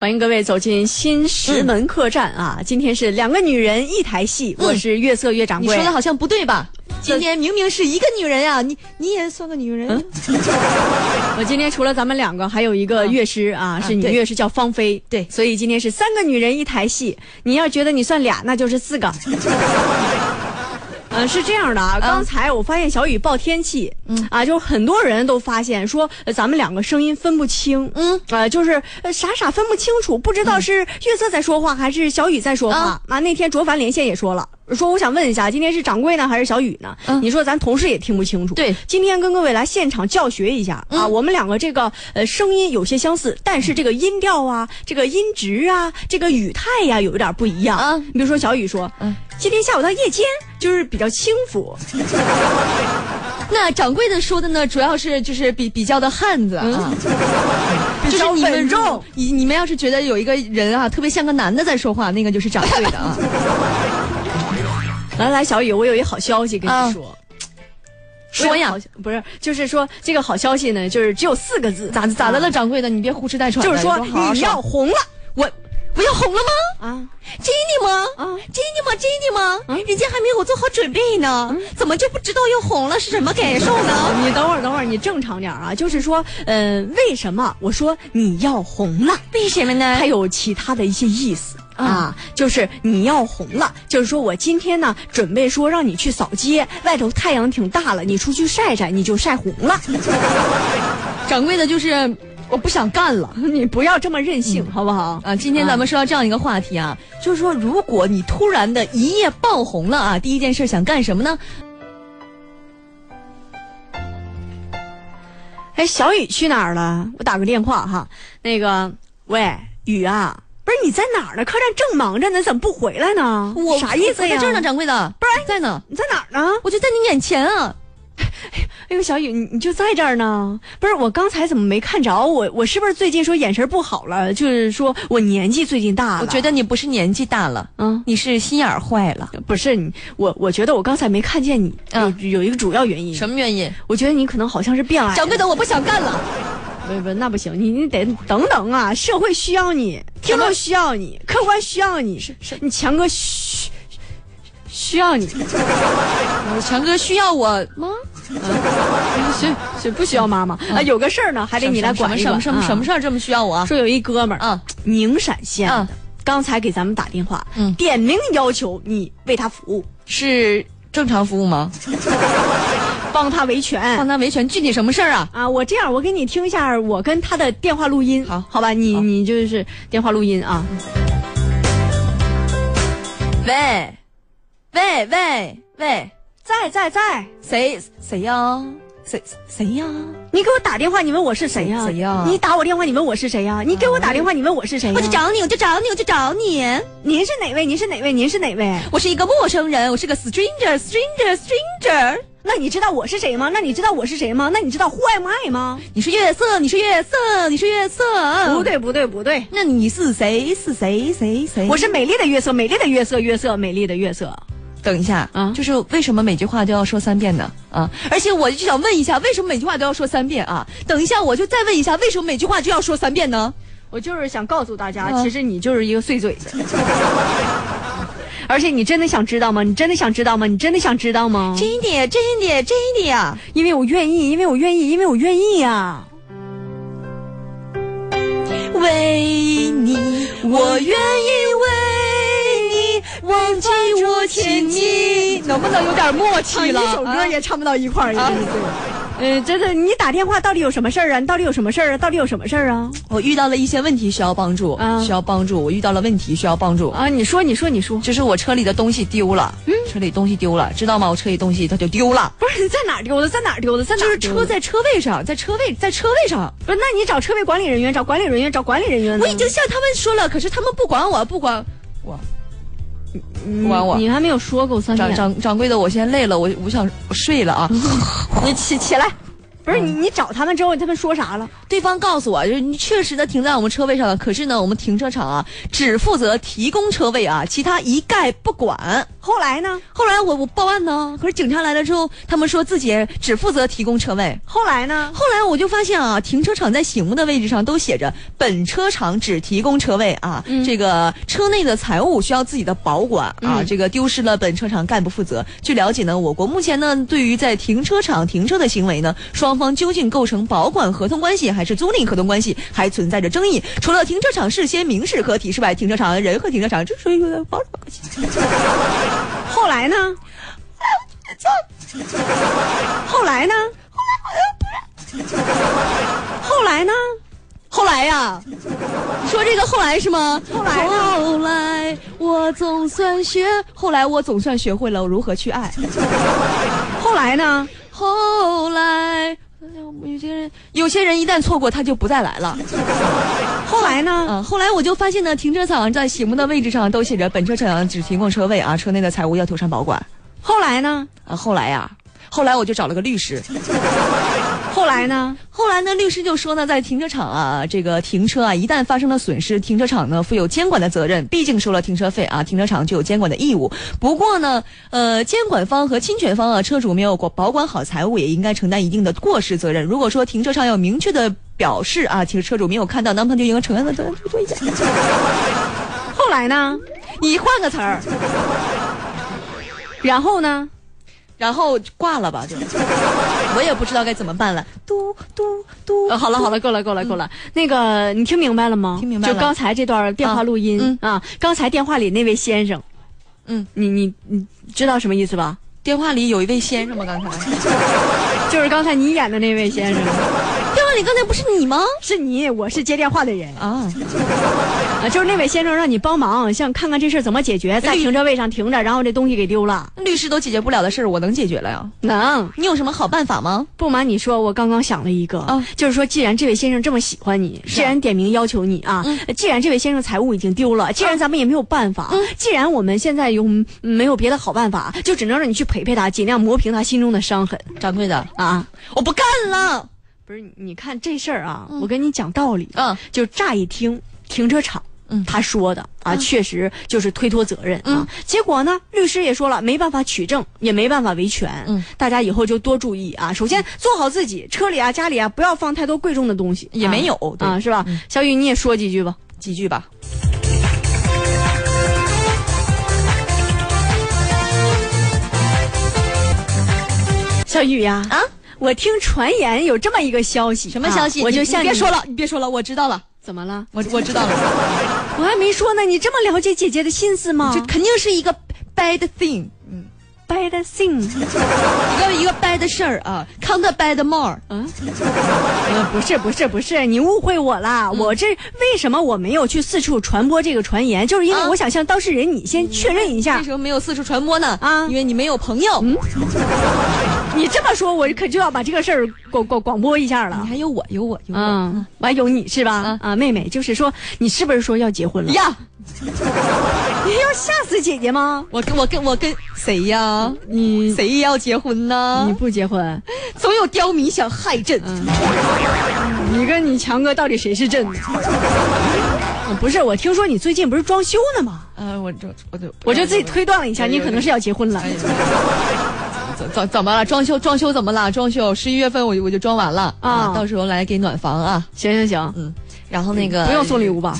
欢迎各位走进新石门客栈啊！今天是两个女人一台戏，嗯我是月色月掌你柜。说的好像不对吧？今天明明是一个女人呀、你你也算个女人？嗯我今天除了咱们两个，还有一个乐师啊，是女对乐师叫芳菲。对所以今天是三个女人一台戏。你要觉得你算俩，那就是四 个。嗯，是这样的啊，刚才我发现小雨报天气，嗯啊，就是很多人都发现说呃咱们两个声音分不清，嗯啊，就是呃傻傻分不清楚，不知道是月色在说话还是小雨在说话啊。啊，那天卓凡连线也说了，说我想问一下，今天是掌柜呢还是小雨呢？嗯你说咱同事也听不清楚，对嗯今天跟各位来现场教学一下、啊，我们两个这个呃声音有些相似，但是这个音调啊，这个音值啊，这个语态呀、有一点不一样啊你比如说小雨说，嗯今天下午到夜间就是比较轻浮，那掌柜的说的呢，主要是就是比比较的汉子嗯啊， 就是你们稳如重。你你们要是觉得有一个人啊，特别像个男的在说话，那个就是掌柜 的啊。来来，小雨，我有一好消息跟你啊说。说呀我有好，不是，就是说这个好消息呢，就是只有四个字，咋咋的了，掌柜的？你别胡吃带喘的。就是说你好好啊哎你要红了我我要红了啊！吗？Jenny 吗？啊嗯，Jenny 吗？Jenny 吗？人家还没有做好准备呢，怎么就不知道要红了是什么感受呢？你等会儿，等会儿，你正常点儿啊。就是说，嗯、为什么我说你要红了？为什么呢还？有其他的一些意思。啊，就是你要红了，就是说我今天呢，准备说让你去扫街，外头太阳挺大了，你出去晒晒，你就晒红 了。掌柜的就是我不想干了。你不要这么任性，好不好？啊，今天咱们说到这样一个话题啊，就是说，如果你突然的一夜爆红了啊，第一件事想干什么呢？哎，小雨去哪儿了？我打个电话哈。那个，喂，雨啊，不是你在哪儿呢？客栈正忙着呢，怎么不回来呢？我啥意思呀？我在这儿呢，掌柜的，不是在呢，你在哪儿呢？我就在你眼前啊。哎呦，小雨，你你就在这儿呢？不是，我刚才怎么没看着？我我是不是最近说眼神不好了？就是说我年纪最近大了。我觉得，得你不是年纪大了，嗯，你是心眼儿坏了。不是你，我我觉得我刚才没看见你，嗯哎有有一个主要原因。什么原因？我觉得你可能好像是变矮了。掌柜的，我不想干了。不不，那不行，你你得等等啊！社会需要你，听众需要你，客观需要你，你强哥需需要你，呃强哥需要我 吗？嗯需需不需要妈妈啊？有个事儿呢，还得你来管一什管么啊。什么什么事儿这么需要我啊？说有一哥们儿啊，宁陕县的啊，刚才给咱们打电话，嗯点名要求你为他服务，是正常服务吗？帮他维放权。他维权，具体什么事儿啊？啊，我这样，我给你听一下我跟他的电话录音，好好吧，你好嗯你就是电话录音啊。喂，喂喂喂，在在在，谁谁呀？谁谁呀？你给我打电话，你问我是谁呀？啊谁呀你打我电话，你问我是谁呀？你给我打电话，你问我是谁呀？我就找你，我就找你，我就找你。您是哪位？您是哪位？您是哪位？我是一个陌生人，我是个 stranger，stranger，stranger。那你知道我是谁吗？那你知道我是谁吗？那你知道 who am I 吗？你是月色，你是月色，你是月色。不，对，不对，不对，那你是谁？是谁？谁谁？我是美丽的月色，美丽的月色，月色，美丽的月色。等一下啊就是为什么每句话都要说三遍呢？啊，而且我就想问一下，为什么每句话都要说三遍啊？等一下，我就再问一下，为什么每句话就要说三遍呢？我就是想告诉大家，嗯其实你就是一个碎嘴子。 而且你真的想知道吗？你真的想知道吗？你真的想知道吗？真的，真的，真的啊！因为我愿意，因为我愿意，因为我愿意呀、啊！为你，我愿意为你忘记我前妻。能不能有点默契了？一首歌啊也唱不到一块儿去。啊嗯，真的，你打电话到底有什么事儿啊？你到底有什么事儿啊？到底有什么事儿啊？我遇到了一些问题需要帮助，啊需要帮助。我遇到了问题需要帮助，啊，你说，你说，你说，就是我车里的东西丢了，车里东西丢了，知道吗？我车里东西它就丢了，不嗯是在哪儿丢的？在哪儿丢的？在哪就儿是丢车的？在车位上，在车位在车位上。不是，那你找车位管理人员，找管理人员，找管理人员呢。我已经向他们说了，可是他们不管我，不管我。不管我你还没有说够三掌遍。掌掌柜的，我现在累了，我我想我睡了啊。你起起来，不是你，你找他们之后，他们说啥了？对方告诉我，就是你确实的停在我们车位上了，可是呢，我们停车场啊只负责提供车位啊，其他一概不管。后来呢？后来我我报案呢，可是警察来了之后，他们说自己只负责提供车位。后来呢？后来我就发现啊，停车场在醒目的位置上都写着“本车场只提供车位”啊，这个车内的财物需要自己的保管啊，嗯这个丢失了本车场概不负责。据了解呢，我国目前呢对于在停车场停车的行为呢，双方究竟构成保管合同关系还是租赁合同关系，还存在着争议。除了停车场事先明示和提示外，停车场人和停车场之所以有点保守关系。后来 呢？后来呢？后来呢？后来呀，你说这个后来是吗？后来呢后来我总算学，后来我总算学会了如何去爱。后来呢？后来，哎有些人，有些人一旦错过，他就不再来了。后来呢？啊，后来我就发现呢，停车场在醒目的位置上都写着“本车场只提供车位啊，车内的财物要妥善保管后来呢？”。啊，后来呀、后来我就找了个律师。后来呢？后来呢，律师就说呢，在停车场啊，这个停车啊，一旦发生了损失，停车场呢负有监管的责任，毕竟收了停车费啊，停车场就有监管的义务。不过呢，呃，监管方和侵权方啊，车主没有过保管好财物，也应该承担一定的过失责任。如果说停车场有明确的表示啊，其实车主没有看到，那么他就应该承担的责任多一点。后来呢？你换个词儿，然后呢？然后挂了吧，就我也不知道该怎么办了。嘟嘟嘟呃好了好了，够了够了够了。那个，你嗯听明白了吗？听明白了就刚才这段电话录音啊啊刚才电话里那位先生，嗯，你你你知道什么意思吧？电话里有一位先生吗？刚才就是刚才你演的那位先生，电话里刚才不是你吗？是你，我是接电话的人啊。啊，就是那位先生让你帮忙，想看看这事儿怎么解决，在绿停车位上停着，然后这东西给丢了。律师都解决不了的事儿，我能解决了呀。能，你有什么好办法吗？不瞒你说，我刚刚想了一个，啊就是说，既然这位先生这么喜欢你，既然点名要求你啊，既然这位先生财物已经丢了，既然咱们也没有办法，既然我们现在有嗯没有别的好办法，就只能让你去陪陪他，尽量磨平他心中的伤痕掌柜的，啊。我不干了。不是，你看这事儿啊，我跟你讲道理，啊嗯，就乍一听停车场。嗯他说的啊，确实就是推脱责任啊。结果呢，律师也说了，没办法取证，也没办法维权。嗯，大家以后就多注意啊。首先做好自己，车里啊、家里啊，不要放太多贵重的东西，也没有对嗯啊，是吧？小雨，你也说几句吧。几句吧。小雨呀，啊，我听传言有这么一个消息，什么消息？啊我就你向你别说了，你别说了，我知道了，怎么了？我我知道了，我还没说呢，你这么了解姐姐的心思吗这肯定是一个 bad thing， ？Bad thing，一个一个 bad 事儿啊，count the bad more。呃不是不是不是，你误会我啦。我这为什么我没有去四处传播这个传言？就是因为啊我想向当事人你先确认一下为。什么没有四处传播呢？啊因为你没有朋友，你这么说，我可就要把这个事儿广广广播一下了你。还有我，有我，有我。嗯，完有你是吧啊？啊，妹妹，就是说你是不是说要结婚了？呀，你要吓死姐姐吗？我跟我跟我跟谁呀？你谁要结婚你呢？不结婚，总有刁民想害朕。你跟你强哥到底谁是真的？ 不是，我听说你最近不是装修呢吗？呃，我就我就我就自己推断了一下，有你有可能是要结婚了哎。呀，怎怎怎么了？装修装修怎么了？装修十一月份我就我就装完了啊到时候来给暖房啊。行行行，嗯，然后那个不用送礼，物吧？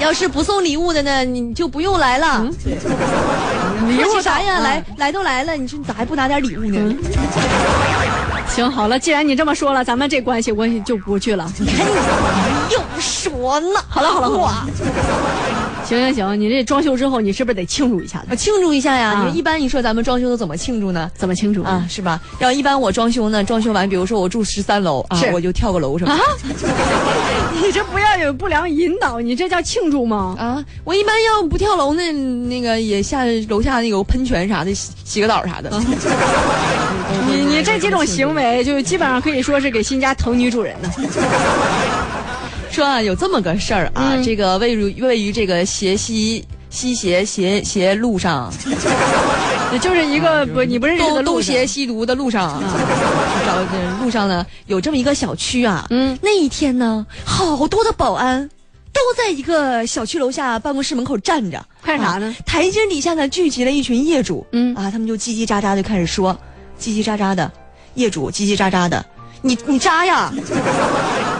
要是不送礼物的呢，你就不用来了。礼客气物啥呀？嗯来来都来了，你说你咋还不拿点礼物呢？行好了，既然你这么说了，咱们这关系我也就不去了。又说呢，好了好了好行行行，你这装修之后，你是不是得庆祝一下子？我庆祝一下呀！啊你说一般你说咱们装修都怎么庆祝呢？怎么庆祝啊，？是吧？要一般我装修呢，装修完，比如说我住十三楼啊是，我就跳个楼什么的。你这不要有不良引导，你这叫庆祝吗？啊，我一般要不跳楼那那个也下楼下那有喷泉啥的，洗洗个澡啥的。你你这几种行为，就基本上可以说是给新家腾女主人呢。说啊，有这么个事儿啊，嗯这个位于位于这个斜西西斜斜斜 路上，就是一个不你不认识的东路啊东线斜西读的路上， 找呃路上呢有这么一个小区啊，嗯，那一天呢，好多的保安都在一个小区楼下办公室门口站着，看啥呢啊台阶底下呢聚集了一群业主，嗯啊，他们就叽叽喳喳就开始说，叽叽喳喳的，业主叽叽喳喳的，你你渣呀！嗯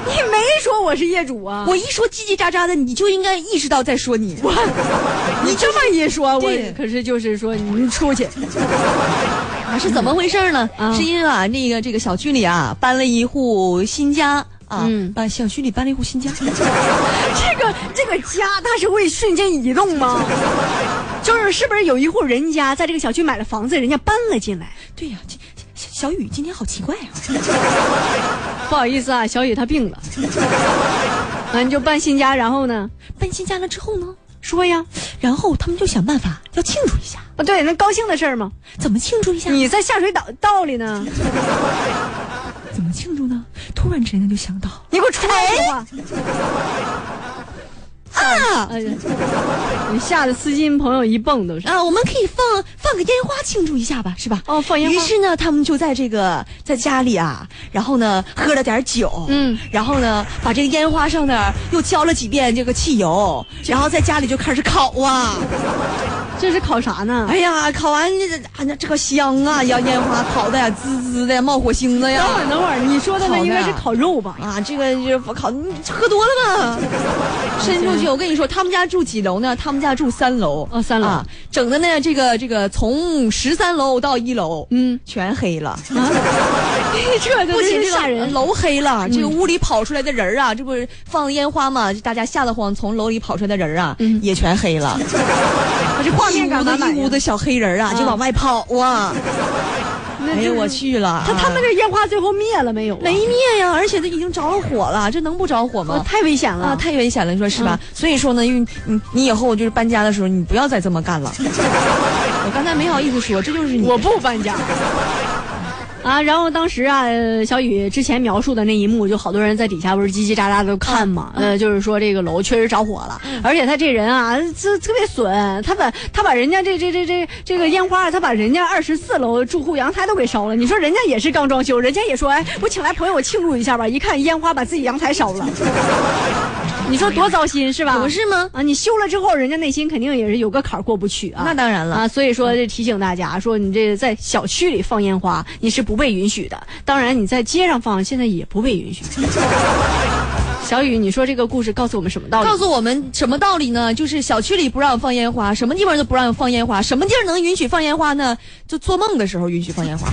你没说我是业主啊？我一说叽叽喳喳的，你就应该意识到在说你。 你这么一说，我对可是就是说你出去，啊，是怎么回事呢？啊是因为啊，那个这个小区里啊搬了一户新家。啊，嗯啊，小区里搬了一户新家， 这个这个家它是会瞬间移动吗？ 就是是不是有一户人家在这个小区买了房子，人家搬了进来？对呀、这小小雨今天好奇怪啊！不好意思啊，小雨她 病了，啊，你就搬新家，然后呢？搬新家了之后呢，说呀，然后他们就想办法要庆祝一下，啊，对，那高兴的事儿嘛，怎么庆祝一下？你在下水道道里呢，怎么庆祝呢？突然之间他就想到你给我出来说话！啊哎呀，你吓得司机朋友一蹦都是。啊，我们可以放放个烟花庆祝一下吧，是吧？哦，放烟花于，是呢，他们就在这个在家里啊，然后呢喝了点酒，嗯，然后呢把这个烟花上面又浇了几遍这个汽油，然后在家里就开始烤啊，这是烤啥呢？哎呀，烤完这啊那这个香啊，呀烟花烤的呀滋滋的呀，冒火星子等会呀儿，，等会儿，你说的那应该是烤肉吧？啊这个就是烤你喝多了吧，伸出去，我跟你说，他们家住几楼呢？他们家住三楼，哦三楼啊，整的呢这个这个从十三楼到一楼，嗯，全黑了。这不不仅仅 这吓个呃人，楼黑了，这个屋里跑出来的人儿啊，这不是放烟花嘛？大家吓得慌，从楼里跑出来的人儿啊，嗯也全黑 了。这画面感一满屋子满一呀屋子小黑人儿啊，就往外跑啊！那哎呀，就是我去了啊！他他们这烟花最后灭了没有啊？没灭呀，而且都已经着了火了，这能不着火哦，吗？太危险了啊，太嗯危险了，你说是吧？所以说呢，因为你你以后就是搬家的时候，你不要再这么干 了。我刚才没好意思说，这就是你我不搬家。啊，然后当时啊，呃小雨之前描述的那一幕，就好多人在底下不是叽叽喳喳的看嘛，呃，就是说这个楼确实着火了，而且他这人啊，这特别损，他把他把人家这这这这这个烟花，他把人家二十四楼住户阳台都给烧了，你说人家也是刚装修，人家也说，哎，我请来朋友我庆祝一下吧，一看烟花把自己阳台烧 了，你说多糟心是吧？不哦是吗？啊，你修了之后，人家内心肯定也是有个坎儿过不去啊。那当然了啊，所以说这提醒大家，啊说你这在小区里放烟花，你是不被允许的。当然，你在街上放，现在也不被允许。 小雨，你说这个故事告诉我们什么道理？告诉我们什么道理呢？就是小区里不让放烟花，什么地方都不让放烟花，什么地儿能允许放烟花呢？就做梦的时候允许放烟花。